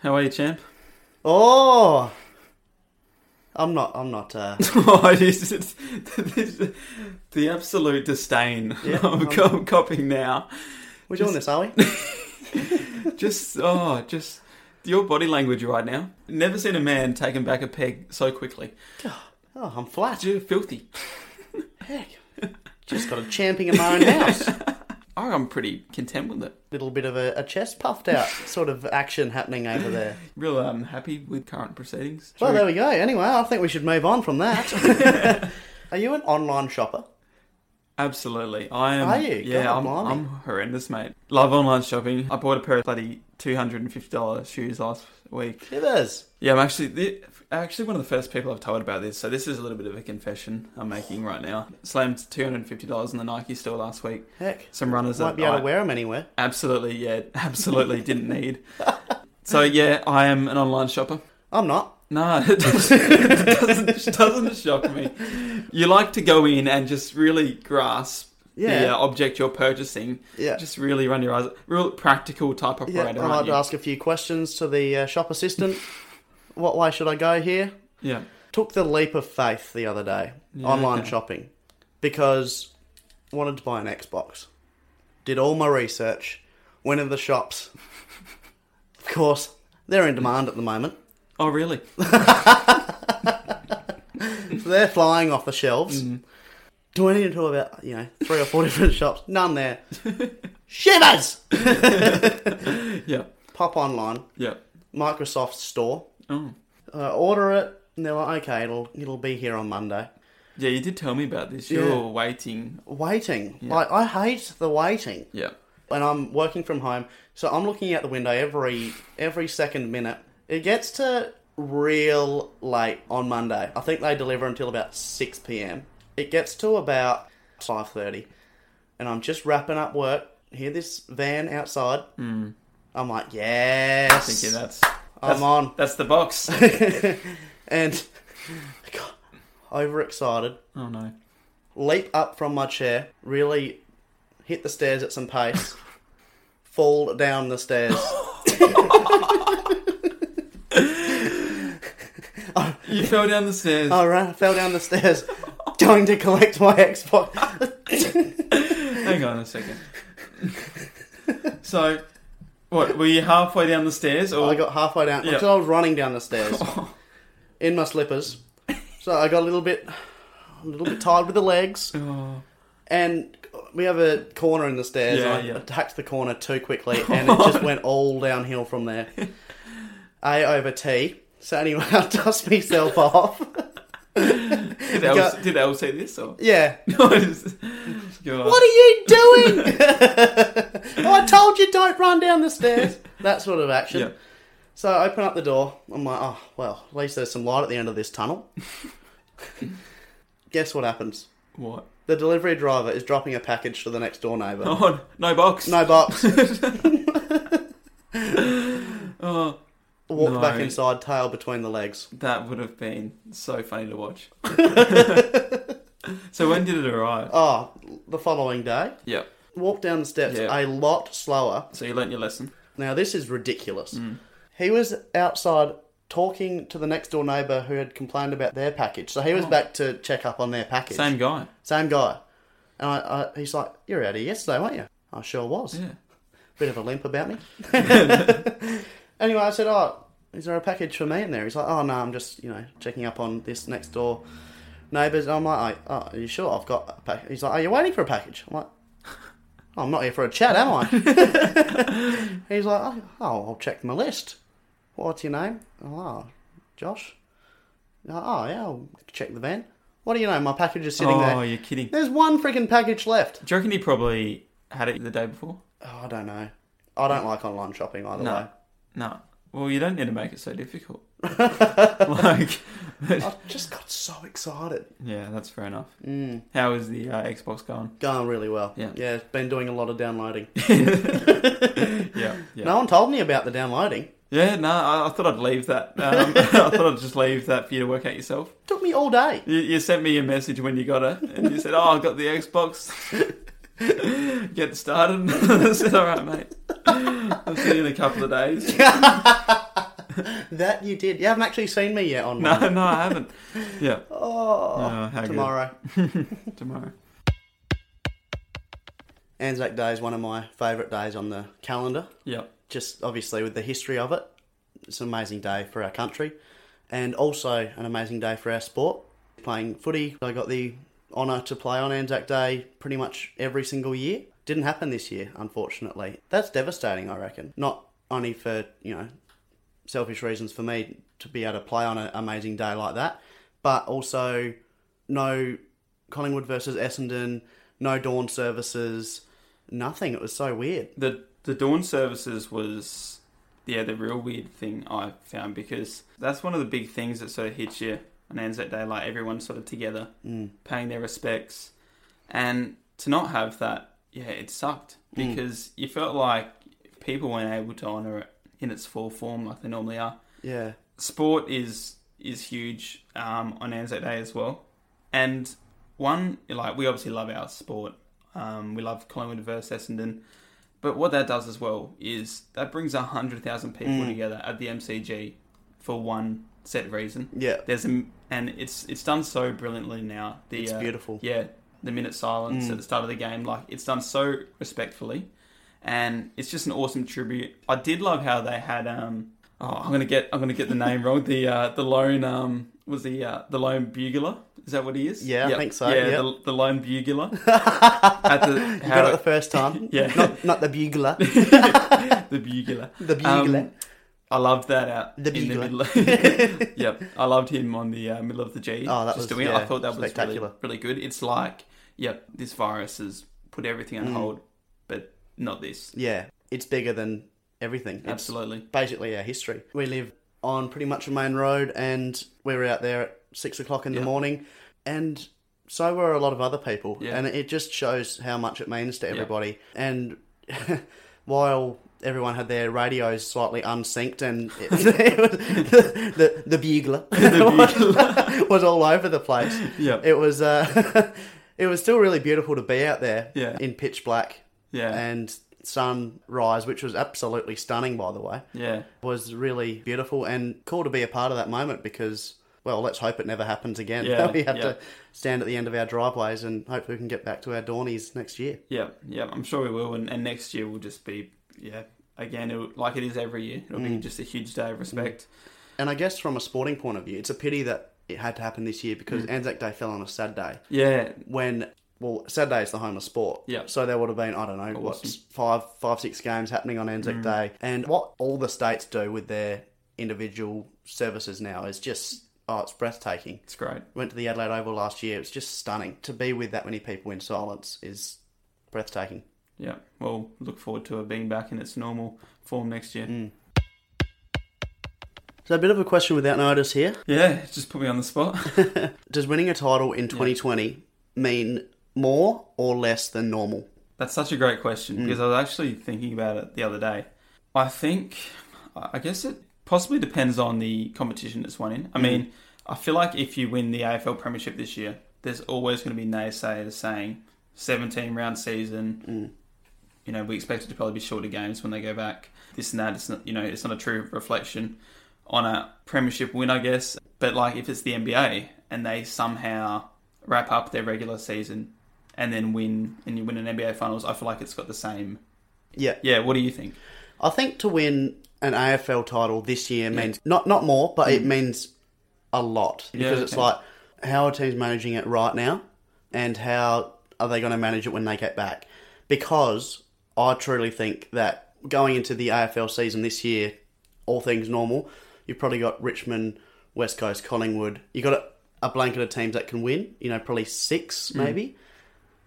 How are you, champ? Oh, I'm not. I'm not. Uh, oh, it is- it's, it's- the absolute disdain Yeah, I'm, co- I'm copying now. we're Just- doing this, are we? Just, oh, just your body language right now. Never seen a man taken back a peg so quickly. Oh, I'm flat. You're filthy. Heck, just got a champing in my own house. Oh, I'm pretty content with it. Little bit of a, a chest puffed out sort of action happening over there. Real um, happy with current proceedings. Well, there we go. Anyway, I think we should move on from that. are you an online shopper? Absolutely. I am. Are you? Yeah, God, I'm, blimey. I'm horrendous, mate. Love online shopping. I bought a pair of bloody $250 shoes last week. Shivers. Yeah, I'm actually the, actually one of the first people I've told about this. So this is a little bit of a confession I'm making right now. Slammed two hundred and fifty dollars in the Nike store last week. Heck, Some runners might that be able I to wear them anywhere. absolutely, yeah, absolutely didn't need. So yeah, I am an online shopper. I'm not. No, it doesn't, it doesn't, it doesn't shock me. You like to go in and just really grasp the Yeah. uh, object you're purchasing. Yeah. Just really run your eyes. Real practical type Yeah, operator, I aren't might you? ask a few questions to the uh, shop assistant. what way should I go here? Yeah. took the leap of faith the other day online okay. shopping because wanted to buy an Xbox. Did all my research, went in the shops. of course, they're in demand at the moment. Oh, really? They're flying off the shelves. Do I need to talk about you know three or four different shops? None there. Shivers. Yeah. Pop online, Yeah. Microsoft Store, Oh. uh, order it, and they're like, okay, it'll it'll be here on Monday. Yeah, you did tell me about this. Yeah. You're waiting. Waiting, like I hate the waiting. Yeah. and I'm working from home, so I'm looking out the window every every second minute. It gets to real late on Monday. I think they deliver until about six p.m. It gets to about five thirty, and I'm just wrapping up work. Hear this van outside? Mm. I'm like, yes, Thinking that's, that's I'm on, That's the box. and God, overexcited, oh no. leap up from my chair, really hit the stairs at some pace, fall down the stairs. You fell down the stairs. I ran, I fell down the stairs, going to collect my Xbox. Hang on a second. so, what? Were you halfway down the stairs, or I got halfway down. Yeah. So I was running down the stairs in my slippers. So I got a little bit, a little bit tired with the legs, Oh, and we have a corner in the stairs. Yeah, and I yeah. attacked the corner too quickly, and it just went all downhill from there. A over T. So anyway, I dust myself off. did, Al, got- did Al say this? Or Yeah. no? it's- God. What are you doing? Oh, I told you don't run down the stairs. That sort of action. Yeah. So I open up the door. I'm like, oh, well, at least there's some light at the end of this tunnel. Guess what happens? What? The delivery driver is dropping a package to the next door neighbour. Oh, no box. No box. Oh, Walked No. back inside, tail between the legs. that would have been so funny to watch. so when did it arrive? Oh, the following day. Yeah. Walked down the steps Yeah. a lot slower. So you learnt your lesson. Now, this is ridiculous. He was outside talking to the next door neighbour who had complained about their package. So he was back to check up on their package. Same guy. Same guy. And I, I, he's like, You were out here yesterday, weren't you? I sure was. Yeah. Bit of a limp about me. anyway, I said, Oh, is there a package for me in there? He's like, Oh, no, I'm just, you know, checking up on this next door neighbours. I'm like, Oh, are you sure? I've got a package. He's like, Are you waiting for a package? I'm like, "Oh, I'm not here for a chat, am I? He's like, oh, oh, I'll check my list. What's your name? Oh, Josh. Oh, yeah, I'll check the van. What do you know? My package is sitting Oh, there. you're kidding. There's one freaking package left. Do you reckon he probably had it the day before? Oh, I don't know. I don't like online shopping either No. way. No. Well, you don't need to make it so difficult. like, I just got so excited. yeah, that's fair enough. Mm. How is the uh, Xbox going? Going really well. Yeah. Yeah, it's been doing a lot of downloading. Yeah, yeah, no one told me about the downloading. yeah. No, I, I thought I'd leave that. Um, I thought I'd just leave that for you to work out yourself. took me all day. You, you sent me a message when you got it, and you said, "Oh, I got the Xbox. Get started." I said, "All right, mate. I'll see you in a couple of days." That you did. You haven't actually seen me yet on No, one. no, I haven't. Yeah, Oh, Oh, how good. tomorrow. tomorrow. Anzac Day is one of my favourite days on the calendar. Yeah, Just obviously with the history of it, it's an amazing day for our country, and also an amazing day for our sport. Playing footy, I got the honour to play on Anzac Day pretty much every single year. Didn't happen this year, unfortunately. That's devastating, I reckon. Not only for you know selfish reasons for me to be able to play on an amazing day like that, but also no Collingwood versus Essendon, no Dawn services, nothing. It was so weird. the the dawn services was yeah the real weird thing I found because that's one of the big things that sort of hits you on Anzac Day, like everyone's sort of together, Mm. paying their respects, and to not have that, yeah, it sucked Mm. because you felt like people weren't able to honour it in its full form like they normally are. Yeah, sport is is huge um, on Anzac Day as well. And one, like we obviously love our sport. Um, we love Collingwood versus Essendon. But what that does as well is that brings hundred thousand people Mm. together at the MCG for one set reason. yeah, There's a, and it's it's done so brilliantly now. The it's uh, beautiful. yeah, the minute silence Mm. at the start of the game, like it's done so respectfully, and it's just an awesome tribute. I did love how they had um oh I'm gonna get I'm gonna get the name wrong the uh, the lone um was the uh, the lone bugler is that what he is Yeah, I think so, yeah yeah. the, the lone bugler At at the you how got it the first time. Yeah. not, not the bugler, the bugler the Um, bugler. I loved that out The in bugler. the middle. yep, I loved him on the uh, middle of the G. Oh, just that was- doing it. I yeah, thought that was really, spectacular. really good. It's like, yep, this virus has put everything on Mm. hold, but not this. yeah, it's bigger than everything. It's Absolutely. basically our history. We live on pretty much a main road, and we were out there at six o'clock in Yeah. the morning, and so were a lot of other people. Yeah. And it just shows how much it means to everybody. And while everyone had their radios slightly unsynced, and it, it was, the the bugler, bugler. was all over the place. Yep. It was uh, it was still really beautiful to be out there Yeah. in pitch black Yeah. and sunrise, which was absolutely stunning, by the way Yeah. was really beautiful and cool to be a part of that moment because well let's hope it never happens again Yeah, we have yeah. to stand at the end of our driveways and hopefully we can get back to our dawnies next year Yep. Yep. I'm sure we will, and, and next year will just be yeah. Again, it'll, like it is every year, it'll Mm. be just a huge day of respect. and i guess from a sporting point of view it's a pity that it had to happen this year Mm. because anzac day fell on a saturday Yeah, when well saturday is the home of sport Yeah. so there would have been i don't know what Awesome. Mm. five five six games happening on anzac day and what all the states do with their individual services now is just oh it's breathtaking it's great. went to the Adelaide Oval last year. It was just stunning. To be with that many people in silence is breathtaking. Yeah. Well, look forward to it being back in its normal form next Mm. year. So, a bit of a question without notice here. Yeah, just put me on the spot. Does winning a title in 2020 mean more or less than normal? That's such a great question because I was actually thinking about it the other day. I think, I I guess it possibly depends on the competition it's won in. I mean, I feel like if you win the AFL Premiership this year, there's always going to be naysayers saying 17 round season. You know, we expect it to probably be shorter games when they go back. This and that. It's not, you know, it's not a true reflection on a Premiership win, I guess. But like, if it's the NBA and they somehow wrap up their regular season and then win and you win an NBA finals, I feel like it's got the same. Yeah. Yeah, what do you think? I think to win an AFL title this year means not not more, but it means a lot because it's okay. like how are teams managing it right now, and how are they going to manage it when they get back? Because I truly think that going into the AFL season this year, all things normal, you've probably got Richmond, West Coast, Collingwood. You got a, a blanket of teams that can win. You know, probably six maybe.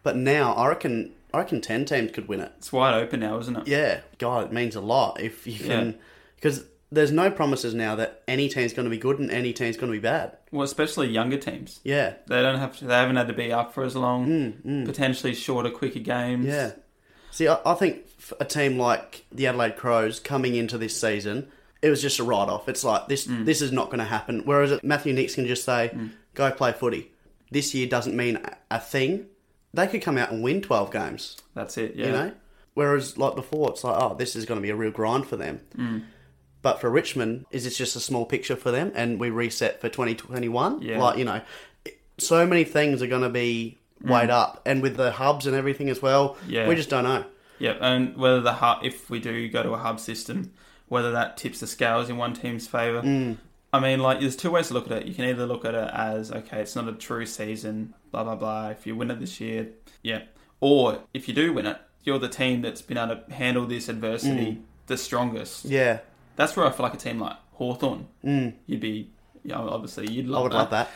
But now I reckon I reckon ten teams could win it. It's wide open now, isn't it? Yeah, God, it means a lot if you Yeah. can, because there's no promises now that any team's going to be good and any team's going to be bad. Well, especially younger teams. Yeah, They don't have to, they haven't had to be up for as long. Potentially shorter, quicker games. Mm, yeah. See, I, I think f- a team like the Adelaide Crows coming into this season, it was just a write-off. It's like this, this is not going to happen. Whereas Matthew Nix can just say, "Go play footy." This year doesn't mean a- a thing. They could come out and win twelve games. That's it. Yeah. Mm. you know. Whereas like before, it's like, oh, this is going to be a real grind for them. But for Richmond, is this just a small picture for them? And we reset for 2021? Yeah. Like, you know, it- so many things are going to be weighed up. And with the hubs and everything as well, Mm. Yeah. we just don't know. Yeah, and whether the hub, if we do go to a hub system, whether that tips the scales in one team's favour. Mm. I mean, like, there's two ways to look at it. You can either look at it as, okay, it's not a true season, blah, blah, blah. If you win it this year, yeah. Or if you do win it, you're the team that's been able to handle this adversity Mm. the strongest. Yeah, That's where I feel like a team like Hawthorn, mm. you'd be, yeah, obviously, you'd I love would that. love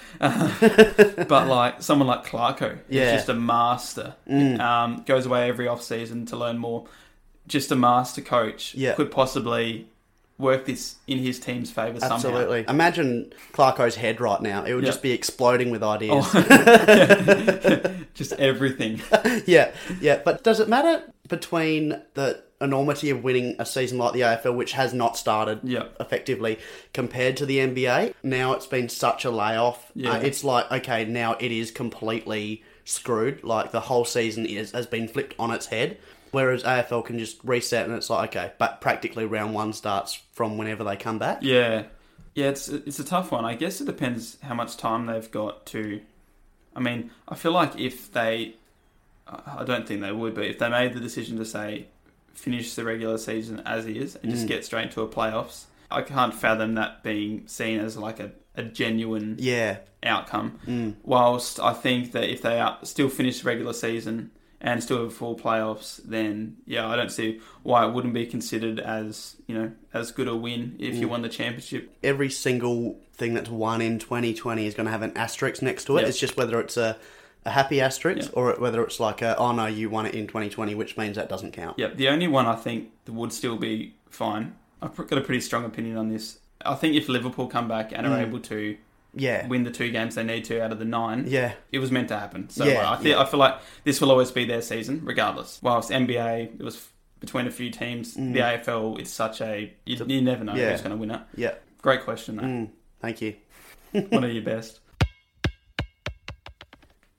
that. But like someone like Clarko, Yeah. Mm. who's just a master, um, goes away every off season to learn more. Just a master coach Yeah. could possibly work this in his team's favour somehow. Absolutely. Imagine Clarko's head right now. It would Yeah. just be exploding with ideas. Just everything. yeah, yeah. But does it matter between the enormity of winning a season like the AFL, which has not started Yeah. effectively, compared to the NBA? Now it's been such a layoff. Yeah. Uh, it's like, okay, now it is completely screwed. Like the whole season is has been flipped on its head. Whereas AFL can just reset and it's like, okay, but practically round one starts from whenever they come back. Yeah, yeah. It's it's a tough one. I guess it depends how much time they've got to. I mean, I feel like if they, I I don't think they would, but if they made the decision to say finish the regular season as is and just get straight to a playoffs, I can't fathom that being seen as like a, a genuine Yeah, outcome. Whilst I think that if they are, still finish the regular season and still have full playoffs, then yeah, I don't see why it wouldn't be considered as you know as good a win if you won the championship. every single thing that's won in 2020 is going to have an asterisk next to it. Yeah. It's just whether it's a, a happy asterisk Yeah. or whether it's like, a, oh no, you won it in 2020, which means that doesn't count. Yeah, the only one I think that would still be fine. I've pr- got a pretty strong opinion on this. I think if Liverpool come back and are able to Yeah. win the two games they need to out of the nine, Yeah. it was meant to happen. So Yeah, like, I, feel, I feel like this will always be their season, regardless. Whilst NBA, it was f- between a few teams. The AFL, it's such a you, you never know Mm. yeah. who's going to win it. Yeah. Great question, though. Mm, thank you. One of your best.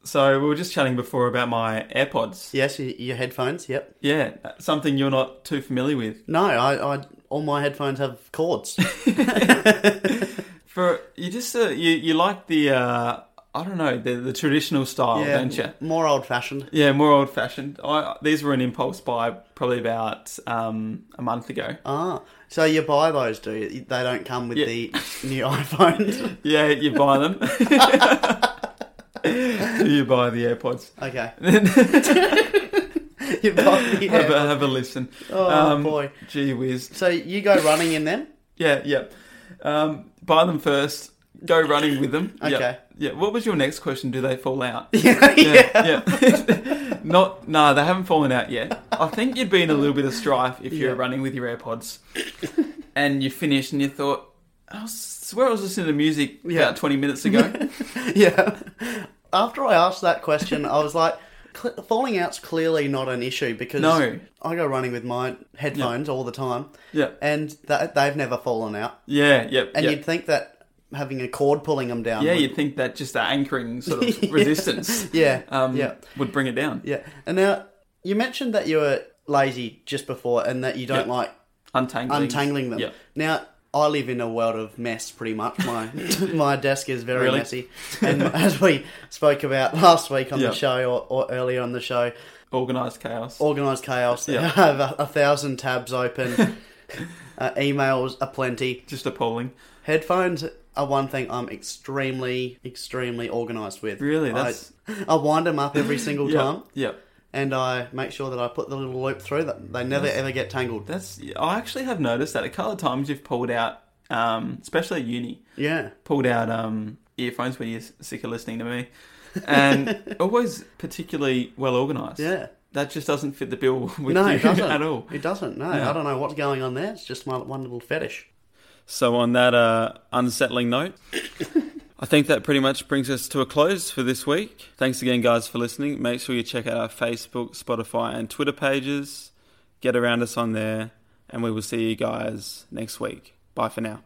So we were just chatting before about my AirPods. Yes, y- your headphones. Yep. Yeah, something you're not too familiar with. No, I, I all my headphones have cords. For you just uh, you you like the uh, I don't know the the traditional style, Oh, don't you? More old fashioned. Yeah, more old fashioned. I these were an impulse buy probably about um, a month ago. Ah, so you buy those, do you? They don't come with Yeah. the new iPhones. Yeah, you buy them. you buy the AirPods. okay. you buy the Have, AirPods. a, um, have a listen. Oh boy. Gee whiz. So you go running in them? Yeah, yeah. Um, buy them first. Go running with them. Yeah, Okay. Yeah. What was your next question? Do they fall out? yeah. Yeah. yeah. Not. No, they haven't fallen out yet. I think you'd be in a little bit of strife if you were Yeah. running with your AirPods, and you finished and you thought, I swear I was listening to music Yeah. about twenty minutes ago. yeah. After I asked that question, I was like, cl- falling out's clearly not an issue because No. I go running with my headphones all the time, yeah. and th- they've never fallen out. Yeah. Yeah. And yeah. you'd think that having a cord pulling them down, Yeah, would- you'd think that just that anchoring sort of resistance, yeah, um, yeah, would bring it down. yeah. And now you mentioned that you were lazy just before, and that you don't Yeah. like Untangling, untangling them. Yeah, Now I live in a world of mess, pretty much. My my desk is very Really? messy, and as we spoke about last week on Yeah. the show or, or earlier on the show, organized chaos. organised chaos. Yeah. I have a, a thousand tabs open, uh, emails aplenty. just appalling. Headphones are one thing I'm extremely, extremely organised with. Really, I- that's I, wind them up every single yeah, time, yeah. and I make sure that I put the little loop through that they never ever get tangled. That's I actually have noticed that a couple of times you've pulled out, um, especially at uni, Yeah, pulled out um, earphones when you're sick of listening to me, and always particularly well organized. yeah. that just doesn't fit the bill with No, you it doesn't at all. It doesn't. No, Yeah. I don't know what's going on there. It's just my one little fetish. So, on that uh, unsettling note, I think that pretty much brings us to a close for this week. Thanks again, guys, for listening. Make sure you check out our Facebook, Spotify, and Twitter pages. Get around us on there, and we will see you guys next week. Bye for now.